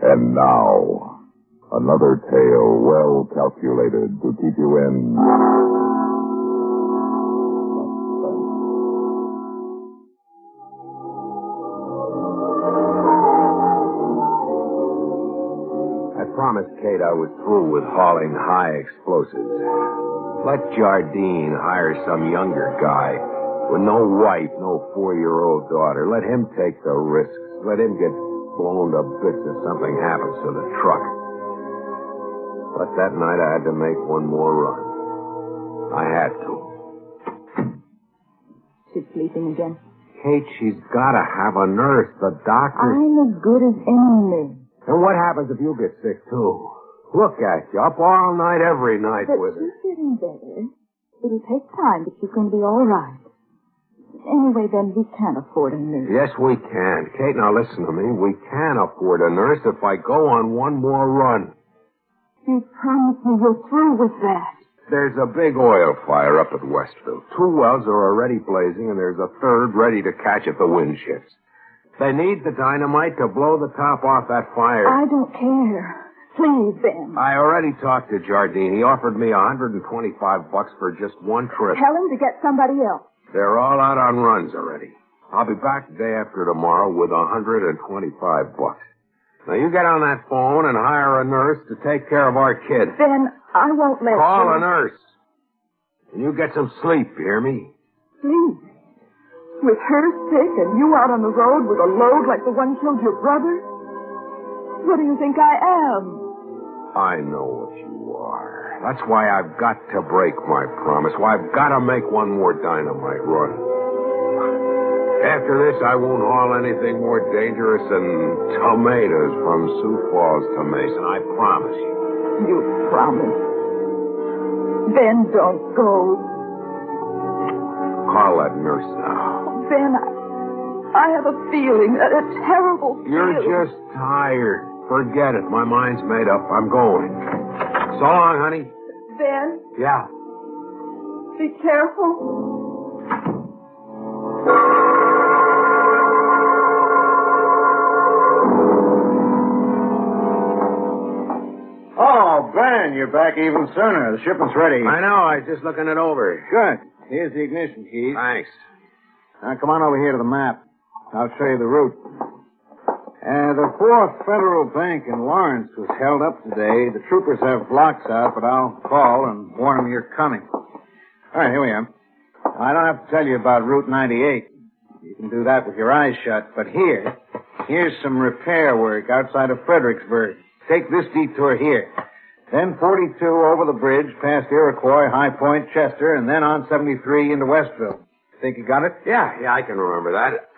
And now, another tale well calculated to keep you in. I promised Kate I was through with hauling high explosives. Let Jardine hire some younger guy with no wife, no four-year-old daughter. Let him take the risks. Let him get blown to bits if something happens to the truck. But that night I had to make one more run. I had to. She's sleeping again. Kate, she's gotta have a nurse, the doctor. I'm as good as any nurse. And what happens if you get sick too? Look at you, up all night every night But with her. she's getting better. It'll take time, but she's going to be all right. Anyway, then, we can't afford a nurse. Yes, we can. Kate, now listen to me. We can afford a nurse if I go on one more run. You promised me you're through with that. There's a big oil fire up at Westville. Two wells are already blazing, and there's a third ready to catch if the wind shifts. They need the dynamite to blow the top off that fire. I don't care. Please, Ben. I already talked to Jardine. He offered me 125 bucks for just one trip. Tell him to get somebody else. They're all out on runs already. I'll be back the day after tomorrow with 125 bucks. Now you get on that phone and hire a nurse to take care of our kid. Ben, I won't let Call you. a nurse. And you get some sleep, you hear me? Please. With her sick and you out on the road with a load like the one killed your brother? What do you think I am? I know what you are. That's why I've got to break my promise. Why I've got to make one more dynamite run. After this, I won't haul anything more dangerous than tomatoes from Sioux Falls to Mason. I promise you. You promised. Ben, don't go. Call that nurse now. Ben, I, I have a feeling, a, a terrible You're feeling. just tired. Forget it. My mind's made up. I'm going. So long, honey. Ben, Yeah. be careful. Oh, Ben, you're back even sooner. The shipment's ready. I know. I was just looking it over. Good. Here's the ignition keys. Thanks. Now, come on over here to the map. I'll show you the route. Uh, the fourth federal bank in Lawrence was held up today. The troopers have blocks out, but I'll call and warn them you're coming. All right, here we are. I don't have to tell you about Route 98. You can do that with your eyes shut. But here, here's some repair work outside of Fredericksburg. Take this detour here. Then 42 over the bridge, past Iroquois, High Point, Chester, and then on 73 into Westville. Think you got it? Yeah, yeah, I can remember that.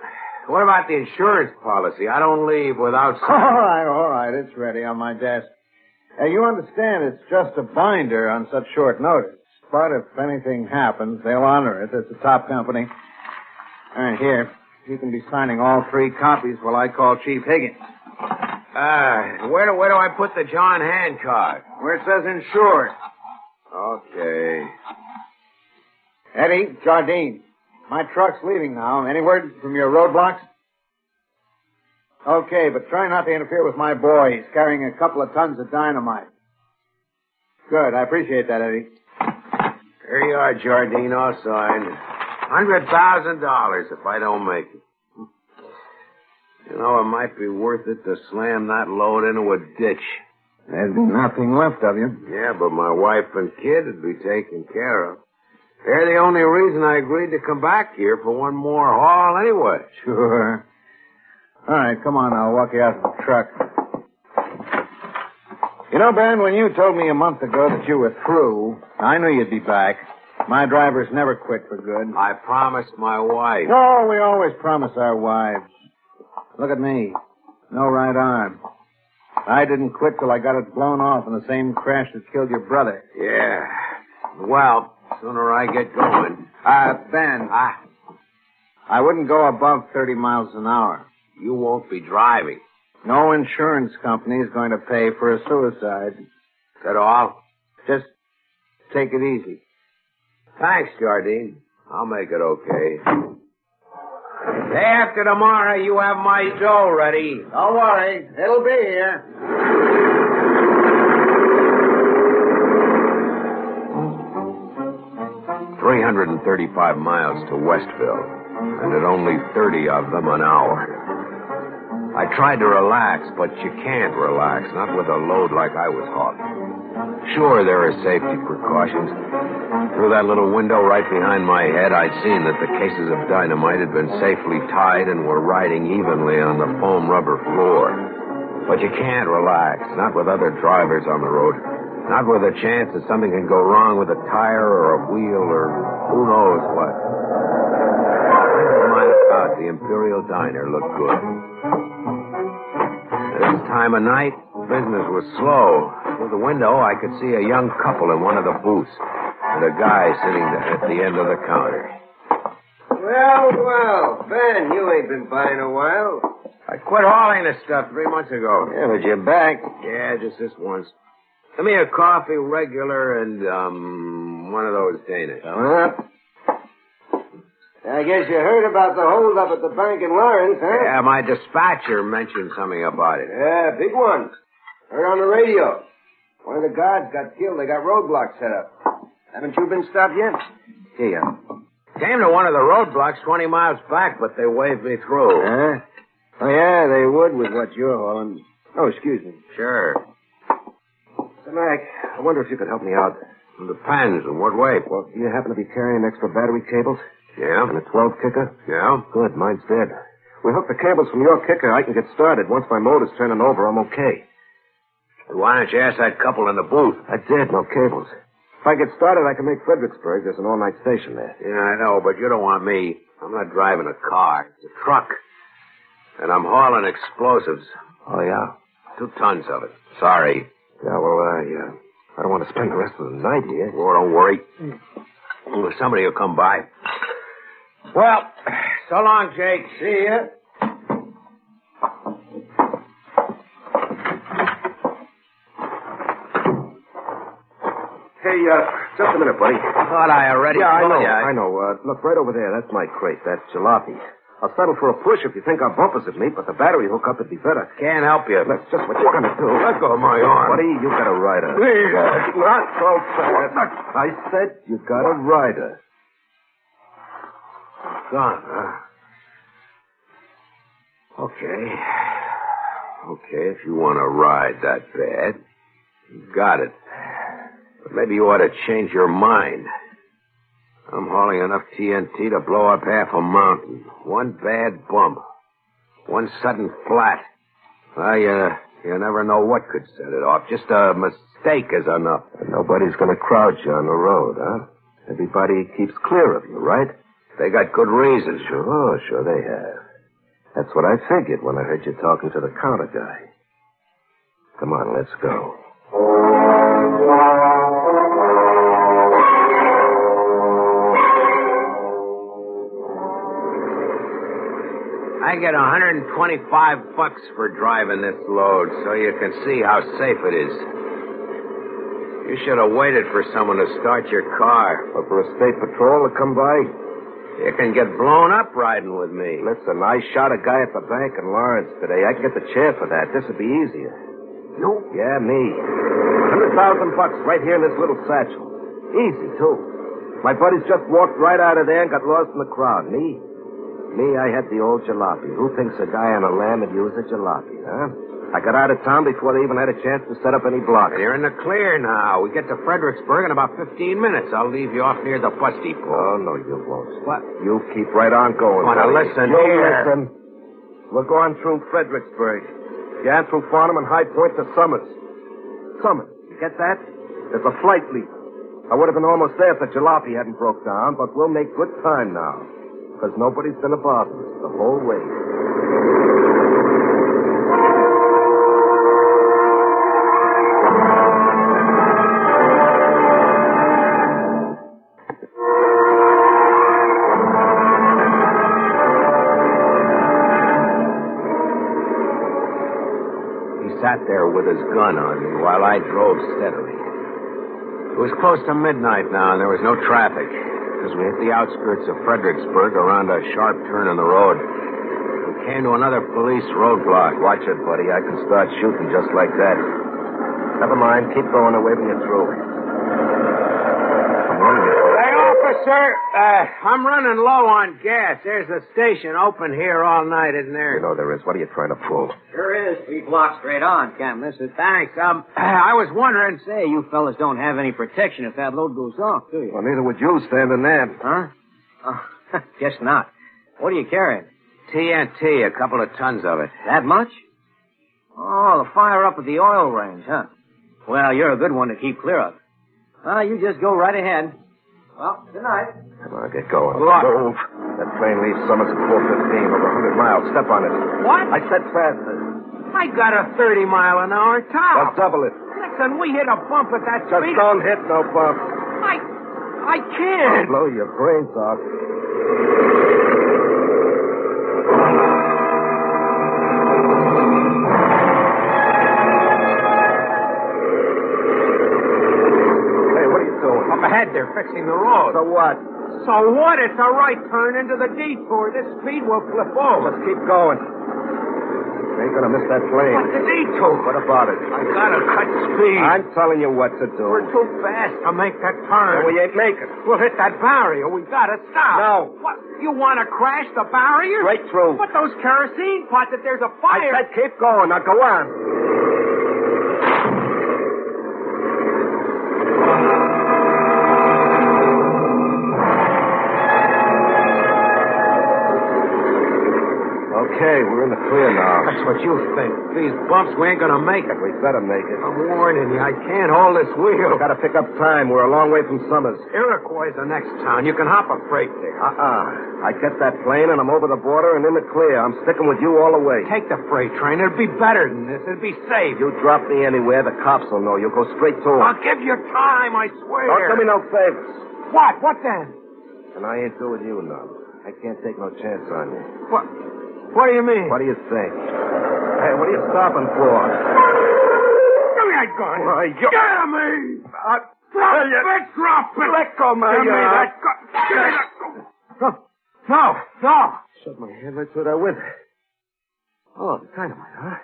What about the insurance policy? I don't leave without. All right, all right. It's ready on my desk. Uh, you understand it's just a binder on such short notice. But if anything happens, they'll honor it. It's a top company. All right, here. You can be signing all three copies while I call Chief Higgins. Uh, where do, where do I put the John Hancock? Where it says insured. Okay. Eddie, Jardine. My truck's leaving now. Any word from your roadblocks? Okay, but try not to interfere with my boy. He's carrying a couple of tons of dynamite. Good. I appreciate that, Eddie. Here you are, Jardine. All signed. Hundred thousand dollars if I don't make it. You know, it might be worth it to slam that load into a ditch. There's nothing left of you. Yeah, but my wife and kid would be taken care of. They're the only reason I agreed to come back here for one more haul anyway. Sure. All right, come on, I'll walk you out to the truck. You know, Ben, when you told me a month ago that you were through, I knew you'd be back. My drivers never quit for good. I promised my wife. No, we always promise our wives. Look at me. No right arm. I didn't quit till I got it blown off in the same crash that killed your brother. Yeah. Well, sooner I get going. Uh, Ben, Ah, I wouldn't go above 30 miles an hour. you won't be driving. No insurance company is going to pay for a suicide. Is that all? Just take it easy. Thanks, Jardine. I'll make it okay. Day after tomorrow, you have my dough ready. Don't worry. It'll be here. Three hundred and thirty-five miles to Westville, and at only thirty of them an hour. I tried to relax, but you can't relax, not with a load like I was hauling. Sure, there are safety precautions. Through that little window right behind my head, I'd seen that the cases of dynamite had been safely tied and were riding evenly on the foam rubber floor. But you can't relax, not with other drivers on the road, not with a chance that something can go wrong with a tire or a wheel or who knows what. My God, the Imperial Diner looked good. At this time of night, business was slow. Through the window, I could see a young couple in one of the booths and a guy sitting at the end of the counter. Well, well, Ben, you ain't been by in a while. I quit hauling this stuff three months ago. Yeah, but you're back. Yeah, just this once. Give me a coffee regular and, um, one of those Danish. Coming up. I guess you heard about the holdup at the bank in Lawrence, huh? Yeah, my dispatcher mentioned something about it. Yeah, big one. Heard on the radio. One of the guards got killed. They got roadblocks set up. Haven't you been stopped yet? See ya. Came to one of the roadblocks 20 miles back, but they waved me through. Huh? Oh, yeah, they would with what you're hauling. Oh, excuse me. Sure. So, Mac, I wonder if you could help me out. Depends in what way. Well, do you happen to be carrying extra battery cables? Yeah? And a 12 kicker? Yeah? Good, mine's dead. We hook the cables from your kicker. I can get started. Once my motor's turning over, I'm okay. Why don't you ask that couple in the booth? I did, no cables. If I get started, I can make Fredericksburg. There's an all-night station there. Yeah, I know, but you don't want me. I'm not driving a car. It's a truck. And I'm hauling explosives. Oh, yeah? Two tons of it. Sorry. Yeah, well, I, uh, I don't want to spend the rest of the night here. Oh, don't worry. Oh, Somebody will come by. Well, so long, Jake. See ya. Hey, uh, just a minute, buddy. Thought I already Yeah, I told know, ya. I know. Uh, look, right over there, that's my crate. That's jalopy. I'll settle for a push if you think our bumpers would meet, but the battery hookup would be better. Can't help you. That's just what you're gonna do. Let go of my arm. Buddy, you got a rider. Please. Not so fast. I said you got a rider. Gone, huh? Okay. Okay, if you want to ride that bad, you got it. But maybe you ought to change your mind. I'm hauling enough TNT to blow up half a mountain. One bad bump. One sudden flat. Well, you, you never know what could set it off. Just a mistake is enough. Nobody's gonna crowd you on the road, huh? Everybody keeps clear of you, right? They got good reasons. Sure, sure they have. That's what I figured when I heard you talking to the counter guy. Come on, let's go. I get 125 bucks for driving this load, so you can see how safe it is. You should have waited for someone to start your car. Look for a state patrol to come by. You can get blown up riding with me. Listen, I shot a guy at the bank in Lawrence today. I can get the chair for that. This would be easier. You? Yeah, me. Hundred thousand bucks right here in this little satchel. Easy, too. My buddies just walked right out of there and got lost in the crowd. Me? Me, I had the old jalopy. Who thinks a guy on a lamb would use a jalopy, huh? I got out of town before they even had a chance to set up any block. And You're in the clear now. We get to Fredericksburg in about 15 minutes. I'll leave you off near the bus depot. Oh, no, you won't. What? You keep right on going. Wanna buddy. listen you here. listen. We're going through Fredericksburg. Yeah, through Farnham and High Point to Summers. Summers. You get that? There's a flight leak. I would have been almost there if the jalopy hadn't broke down, but we'll make good time now. Because nobody's going to bother us the whole way. He sat there with his gun on me while I drove steadily. It was close to midnight now, and there was no traffic. As we hit the outskirts of Fredericksburg around a sharp turn in the road, we came to another police roadblock. Watch it, buddy. I can start shooting just like that. Never mind. Keep going away when you're through. Come on, you- Hey, officer, uh, I'm running low on gas. There's a station open here all night, isn't You there? know there is. What are you trying to pull? Sure is. Three blocks straight on. Can't miss it. Thanks. Um, I was wondering. Say, you fellas don't have any protection if that load goes off, do you? Well, neither would you standing there. Huh? Oh, guess not. What are you carrying? TNT, a couple of tons of it. That much? Oh, the fire up at the oil range, huh? Well, you're a good one to keep clear of. Ah, you just go right ahead. Well, good night. Come on, get going. Look. Move. That plane leaves Summers at 415, over 100 miles. Step on it. What? I said faster. I got a 30 mile an hour Now top. double it. Listen, we hit a bump at that Just speed. don't hit no bump. I, I I'll can't. blow your brains out. Hey, what are you doing? Up ahead, they're fixing the road. So what? So what? It's a right turn into the detour. This speed will flip over. Let's keep going. You ain't gonna miss that But plane. the detour. What about it? I gotta cut speed. I'm telling you what to do. Hmm. We're too fast to make that turn. And we ain't making. We'll hit that barrier. We gotta stop. No. What? You want to crash the barrier? Right through. But those kerosene pots, if there's a I fire. said keep going. Now go on. Okay, we're in the clear now. That's what you think. These bumps, we ain't gonna make it. We better make it. I'm warning you, I can't hold this We wheel. gotta pick up time. We're a long way from Summers. Iroquois the next town. You can hop a freight there. Uh-uh. I get that plane and I'm over the border and in the clear. I'm sticking with you all the way. Take the freight train. It'd be better than this. It'd be safe. You drop me anywhere, the cops will know. You'll go straight to them. I'll give you time, I swear. Don't do Oh, me no favors. What? What then? And I ain't doing you none. I can't take no chance on you. What? What do you mean? What do you think? Hey, what are you stopping for? Give me that gun. Why, you- Get at me. I Drop it. Drop it. Let go, uh, man. Give me arm. that gun. Give me that gun. No. No. shut my hand right through that window. Oh, the dynamite, huh?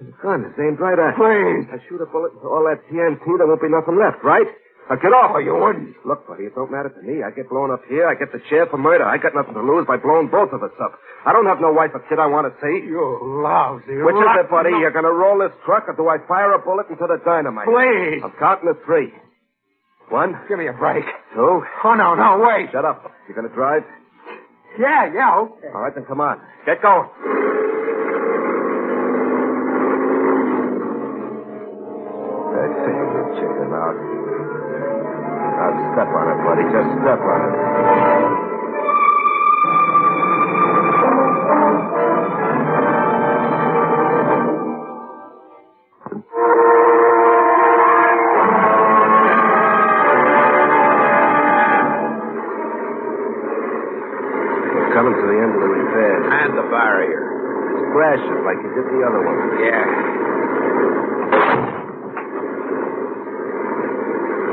And The gun is aimed right at. Please. I shoot a bullet into all that TNT, there won't be nothing left, right? Now get off! Oh, you wouldn't. Look, buddy, it don't matter to me. I get blown up here. I get the chair for murder. I got nothing to lose by blowing both of us up. I don't have no wife or kid I want to see. You lousy. Which is rotten- it, buddy? You're gonna roll this truck, or do I fire a bullet into the dynamite? Please. I'm counting to three. One, Give me a break. two. Oh, no, no, wait. Shut up. You're gonna drive? Yeah, yeah, okay. All right, then come on. Get going. That thing will chicken out. Now step on it, buddy. Just step on it. We're coming to the end of the repair. And the barrier. Crash it like you did the other one. Yeah.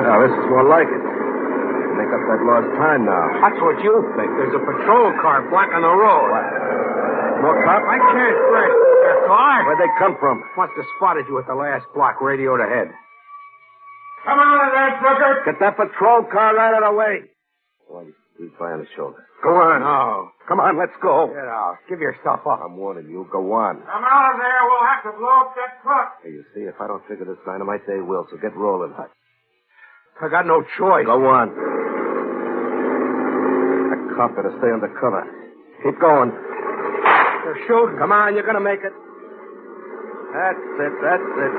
Now, this is more like it. Make up that lost time now. That's what you think. There's a patrol car blocking the road. More cop? I can't break. Their car? Where'd they come from? Must have spotted you at the last block, radioed ahead. Come out of there, Booker! Get that patrol car out of the way. Well, you keep by on the shoulder. Go on. No. Come on, let's go. Get out. Give yourself up. I'm warning you. Go on. Come out of Ah, there. We'll have to blow up that truck. Hey, you see, if I don't figure this dynamite, they will, so get rolling. I got no choice. Go on. That cop better stay under cover. Keep going. They're shooting. Come on, you're gonna make it. That's it, that's it.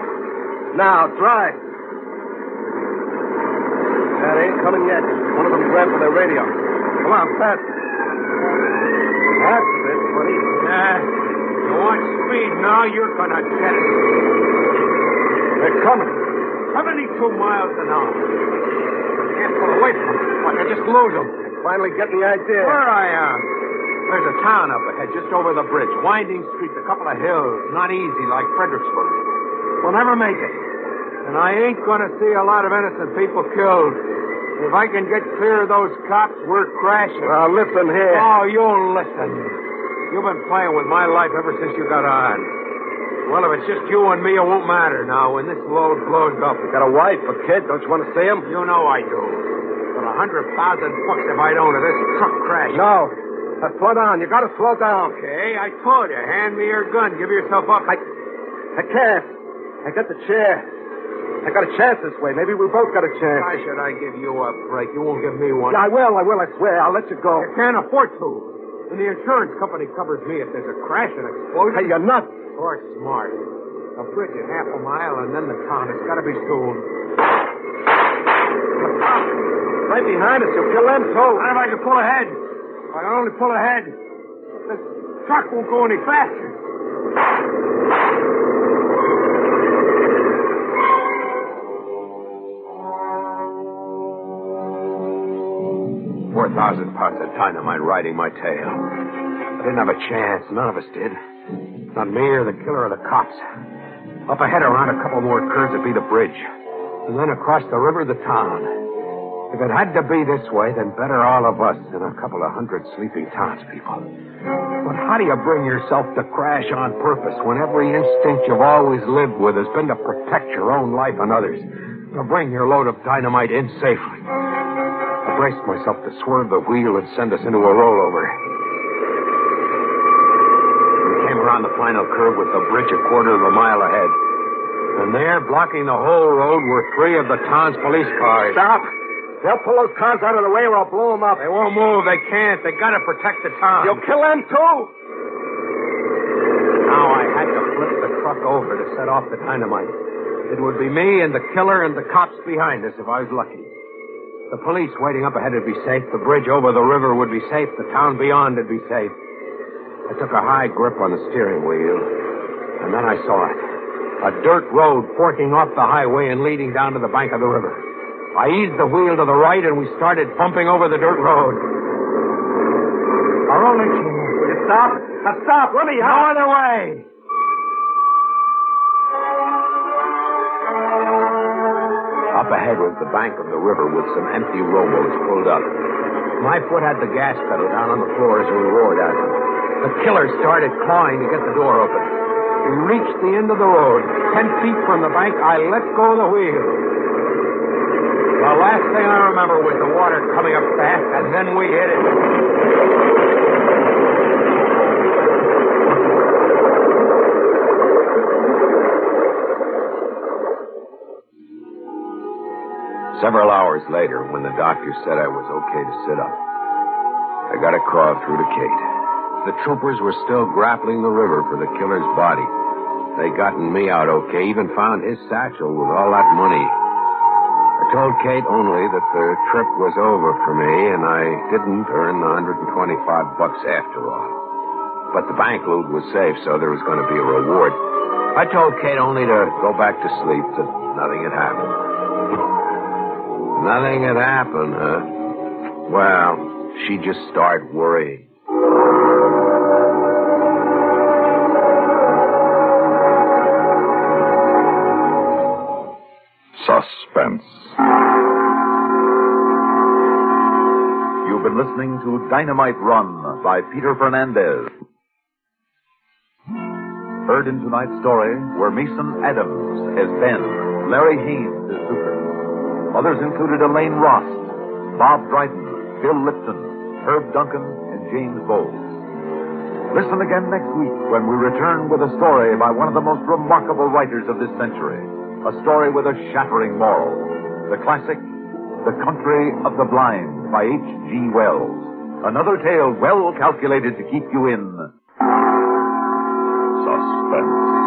Now, drive. That ain't coming yet. One of them grabbed for their radio. Come on, fast. That's it, buddy. Nah. You want speed now? You're gonna get it. They're coming. 72 miles an hour. Can't pull away from them. What? I just lose them. I finally get the idea. Where I am. There's a town up ahead, just over the bridge. Winding streets, a couple of hills. Not easy like Fredericksburg. We'll never make it. And I ain't gonna see a lot of innocent people killed. If I can get clear of those cops, we're crashing. Now, listen here. Oh, you'll listen. You've been playing with my life ever since you got on. Well, if it's just you and me, it won't matter now. When this load blows up, You got a wife, a kid. Don't you want to see him? you know I do. But a hundred thousand bucks if I don't, or this truck crash. No. Now, slow down. You got to slow down. Okay, I told you. Hand me your gun. Give yourself up. I, I can't. I got the chair. I got a chance this way. Maybe we both got a chance. Why should I give you a break? You won't give me one. Yeah, I will. I will. I swear. I'll let you go. I can't afford to. And the insurance company covers me if there's a crash and explosion. Hey, you're nuts. Or smart. A bridge at half a mile and then the town. It's got to be soon. Right behind us. You'll kill them, too. Not if I can pull ahead. If I can only pull ahead, this truck won't go any faster. Four thousand pounds of dynamite riding my tail. I didn't have a chance. None of us did. Not me or the killer or the cops. Up ahead, around a couple more curves, would be the bridge. And then across the river, the town. If it had to be this way, then better all of us than a couple of hundred sleeping townspeople. But how do you bring yourself to crash on purpose when every instinct you've always lived with has been to protect your own life and others? To bring your load of dynamite in safely. I braced myself to swerve the wheel and send us into a rollover. We came around the final curve with the bridge a quarter of a mile ahead. And there, blocking the whole road, were three of the town's police cars. Stop! They'll pull those cars out of the way or I'll blow them up. They won't move. They can't. They gotta protect the town. You'll kill them too? Now I had to flip the truck over to set off the dynamite. It would be me and the killer and the cops behind us if I was lucky. The police waiting up ahead would be safe. The bridge over the river would be safe. The town beyond would be safe. I took a high grip on the steering wheel, and then I saw it. A dirt road forking off the highway and leading down to the bank of the river. I eased the wheel to the right, and we started bumping over the dirt road. Our only chance. Will you stop? Now stop! Let me No other way! Up ahead was the bank of the river with some empty rowboats pulled up. My foot had the gas pedal down on the floor as we roared at them. The killer started clawing to get the door open. We reached the end of the road. Ten feet from the bank, I let go of the wheel. The last thing I remember was the water coming up fast, and then we hit it. Several hours later, when the doctor said I was okay to sit up, I got a call through to Kate. The troopers were still grappling the river for the killer's body. They'd gotten me out okay, even found his satchel with all that money. I told Kate only that the trip was over for me and I didn't earn the 125 bucks after all. But the bank loot was safe, so there was going to be a reward. I told Kate only to go back to sleep, that nothing had happened. Nothing had happened, huh? Well, she just started worrying. Suspense. You've been listening to Dynamite Run by Peter Fernandez. Heard in tonight's story were Mason Adams as Ben, Larry Haynes as Zucker. Others included Elaine Ross, Bob Dryden, Bill Lipton, Herb Duncan, and James Bowles. Listen again next week when we return with a story by one of the most remarkable writers of this century. A story with a shattering moral. The classic, The Country of the Blind by H.G. Wells. Another tale well calculated to keep you in Suspense.